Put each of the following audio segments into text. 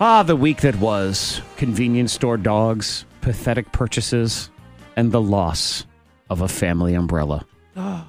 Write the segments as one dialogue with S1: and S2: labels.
S1: Ah, the week that was. Convenience store dogs, pathetic purchases, and the loss of a family umbrella.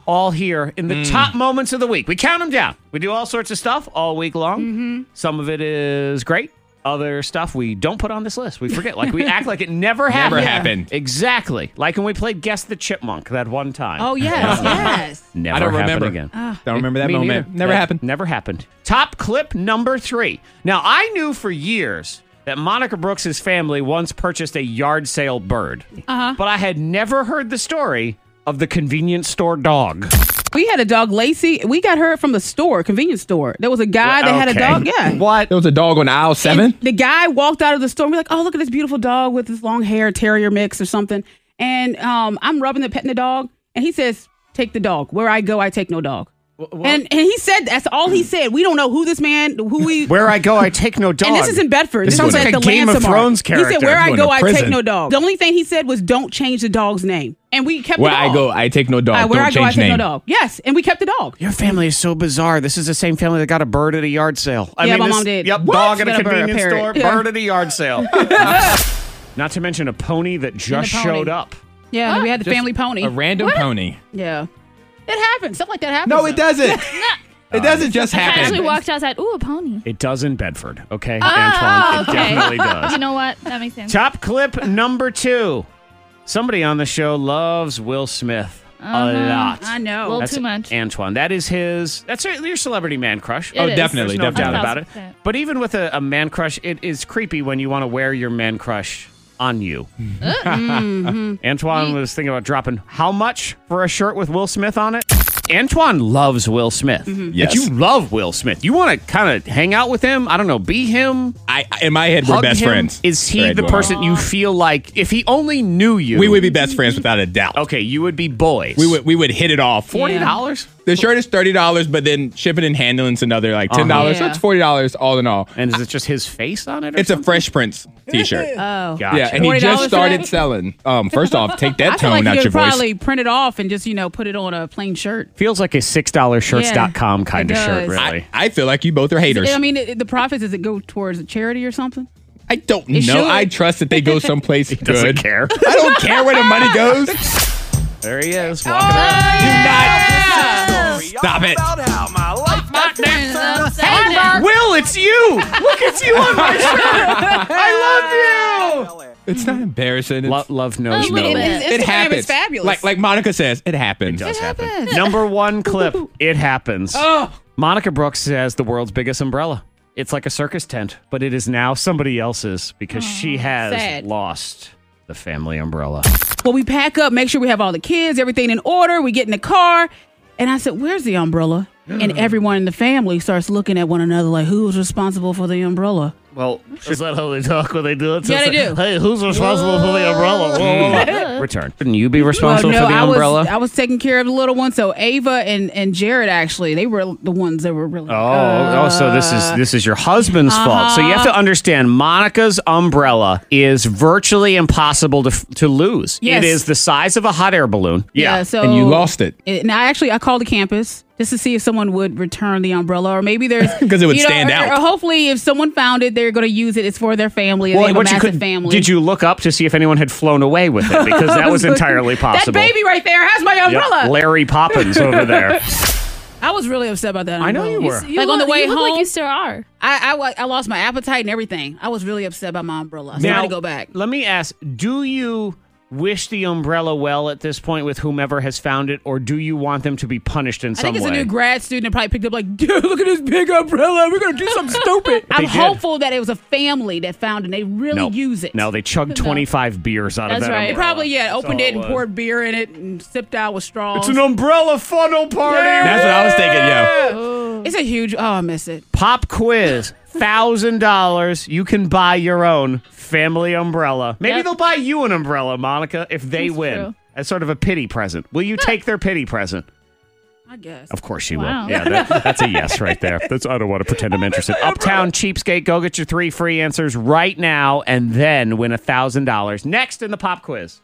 S1: all here in the top moments of the week. We count them down. We do all sorts of stuff all week long. Some of it is great. Other stuff we don't put on this list. We forget. Like we act like it never happened.
S2: Never happened.
S1: Exactly. Like when we played Guess the Chipmunk that one time.
S3: Oh,
S1: Uh-huh.
S3: yes, yes.
S1: Never
S2: I don't
S1: happened
S2: remember. Ah.
S1: again.
S2: Don't remember that
S1: Me
S2: moment.
S1: neither.
S2: Never
S1: That
S2: happened.
S1: Never happened. Top clip number three. Now, I knew for years that Monica Brooks' family once purchased a yard sale bird, uh-huh. but I had never heard the story of the convenience store dog.
S3: We had a dog, Lacey. We got her from the store, convenience store. There was a guy that had a
S1: Okay.
S3: dog. Yeah.
S1: What?
S2: There was a dog on aisle seven.
S3: And the guy walked out of the store and be like, oh, look at this beautiful dog with this long hair, terrier mix or something. And um, I'm rubbing the petting the dog. And he says, take the dog. Where I go, I take no dog. And, and he said, that's all he said. We don't know who this man, who we.
S1: Where I go, I take no dog.
S3: And this is in Bedford.
S1: This
S3: This
S1: sounds
S3: is
S1: like
S3: at
S1: a
S3: the
S1: Game of
S3: Lansamar.
S1: Thrones character.
S3: He said, "Where I
S2: Going
S3: go,
S2: to
S3: I
S2: prison.
S3: take no dog." The only thing he said was, "Don't change the dog's name," and we kept
S2: Where
S3: the
S2: I
S3: dog.
S2: go, I take no dog.
S3: Uh, where
S2: Oh, Don't
S3: I go, I
S2: change
S3: take no
S2: name.
S3: dog. Yes, and we kept the dog.
S1: Your family is so bizarre. This is the same family that got a bird at a yard sale. I
S3: Yeah, my
S1: this-
S3: mom did.
S1: Yep,
S3: What?
S1: dog at a
S3: Got a bird, a
S1: convenience
S3: parrot.
S1: store,
S3: Yeah.
S1: bird at a yard sale. Not to mention a pony that just
S3: pony.
S1: showed up.
S3: Yeah, we had the
S2: Just
S3: family pony.
S2: A random pony.
S3: yeah, it happens. Stuff like that happens.
S2: No, it doesn't. It doesn't just
S4: I actually
S2: happen.
S4: walked outside. Ooh, a pony.
S1: It does in Bedford, okay,
S3: Ah,
S1: Antoine? It
S4: okay.
S1: definitely does.
S4: You know what? That makes sense.
S1: Top clip number two. Somebody on the show loves Will Smith a lot.
S3: I
S4: A
S3: know.
S4: little
S1: That's
S4: Uh-huh. too much.
S1: Antoine. That is his. That's your celebrity man crush.
S4: It Oh, is.
S2: definitely,
S1: There's no
S2: definitely.
S1: doubt about it.
S4: 1000%.
S1: But even with a, a man crush, it is creepy when you want to wear your man crush on you.
S4: Mm-hmm.
S1: Antoine was thinking about dropping how much for a shirt with Will Smith on it. Antoine loves Will Smith.
S4: Mm-hmm.
S1: But
S2: Yes.
S1: you love Will Smith. You want to kind of hang out with him. I don't know, be him.
S2: I, in my head, we're
S1: hug
S2: best
S1: him.
S2: friends.
S1: Is he
S2: Right,
S1: the
S2: we're-
S1: person you feel like if he only knew you?
S2: We would be best friends without a doubt.
S1: okay. You would be boys.
S2: We would we would hit it off.
S1: Forty dollars.
S2: The shirt is thirty dollars, but then shipping and handling's another like ten dollars. So
S3: Yeah.
S2: it's forty dollars all in all.
S1: And is it just his face on it? Or
S2: It's a Fresh Prince T-shirt.
S3: Oh,
S1: Gotcha.
S2: Yeah, and he
S3: $40
S2: just
S3: for
S2: started
S3: that?
S2: selling. Um, first off, take
S3: I
S2: that
S3: feel
S2: tone
S3: like
S2: out
S3: you
S2: your
S3: could
S2: voice.
S3: probably print it off and just you know put it on a plain shirt.
S1: feels like a six dollar shirts.com kind of
S3: it
S1: shirt,
S3: does.
S1: really.
S2: I, I feel like you both are haters.
S3: I mean, it, the profits does it go towards a charity or something?
S2: I don't know.
S3: It should.
S2: I trust that they go someplace
S1: Doesn't
S2: good.
S1: care.
S2: I don't care where the money goes.
S1: there he is. Walking around.
S2: Stop it.
S1: Will, it's you. Look, it's you on my shirt. I love you.
S2: It's not embarrassing. It's,
S1: Lo- love knows
S4: A
S1: no.
S4: little bit.
S3: His
S2: it
S3: Instagram
S2: happens.
S3: is fabulous.
S2: Like like Monica says, it happens.
S1: does happen. Number one clip. It happens.
S3: oh,
S1: Monica Brooks has the world's biggest umbrella. It's like a circus tent, but it is now somebody else's because she has
S3: Oh, sad.
S1: lost the family umbrella.
S3: well, we pack up, make sure we have all the kids, everything in order. We get in the car, and I said, "Where's the umbrella?" And everyone in the family starts looking at one another like, "Who's responsible for the umbrella?"
S1: Well, is that how they talk when they do it?
S3: Yeah, they do.
S1: Hey, who's responsible for the umbrella? Return. Couldn't you be responsible
S3: Oh, no,
S1: for the
S3: I
S1: umbrella?
S3: was I was taking care of the little one. So Ava and and Jared actually, they were the ones that were really.
S1: Oh, oh, so this is
S3: uh,
S1: this is your husband's
S3: uh-huh.
S1: fault. So you have to understand, Monica's umbrella is virtually impossible to f- to lose.
S3: Yes.
S1: It is the size of a hot air balloon.
S3: yeah. So
S2: And you lost it.
S3: And I actually I called the campus just to see if someone would return the umbrella, or maybe there's
S2: 'Cause it would
S3: you know,
S2: stand
S3: or-
S2: out.
S3: Or hopefully, if someone found it, they're going to use it. It's for their family. and they have a
S1: what you
S3: massive
S1: could-
S3: family.
S1: Did you look up to see if anyone had flown away with it? Because that was entirely possible.
S3: That baby right there has my
S1: Yep,
S3: umbrella.
S1: Larry Poppins over there.
S3: I was really upset about that.
S1: I know
S3: umbrella.
S1: you were.
S3: Like on the way
S4: you look
S3: home,
S4: like you still are.
S3: I, I wa- I lost my appetite and everything. I was really upset about my umbrella. So I had to go back.
S1: Let me ask: Do you wish the umbrella well at this point with whomever has found it, or do you want them to be punished in
S3: I
S1: some
S3: think it's
S1: way?
S3: a new grad student that probably picked up like, dude, look at this big umbrella. We're gonna do something stupid. I'm
S1: did.
S3: hopeful that it was a family that found it. and They really
S1: no,
S3: use it.
S1: No, they chugged twenty five beers out
S4: That's
S1: of that.
S4: right.
S3: They
S1: umbrella.
S3: probably yeah opened
S1: all
S3: it
S1: it
S3: and
S1: was.
S3: poured beer in it and sipped out with straws.
S1: It's an umbrella funnel party.
S2: That's what I was thinking, yo.
S3: It's a huge. Oh, I miss it.
S1: Pop quiz. Thousand dollars. You can buy your own family umbrella. Maybe
S4: Yep.
S1: they'll buy you an umbrella, Monica, if they
S4: That's
S1: win.
S4: true.
S1: As sort of a pity present. Will you take their pity present?
S3: I guess.
S1: Of course you
S4: Wow.
S1: will. Yeah, that, that's a yes right there. That's I don't want to pretend I'm interested. Uptown cheapskate. Go get your three free answers right now, and then win a thousand dollars. Next in the pop quiz.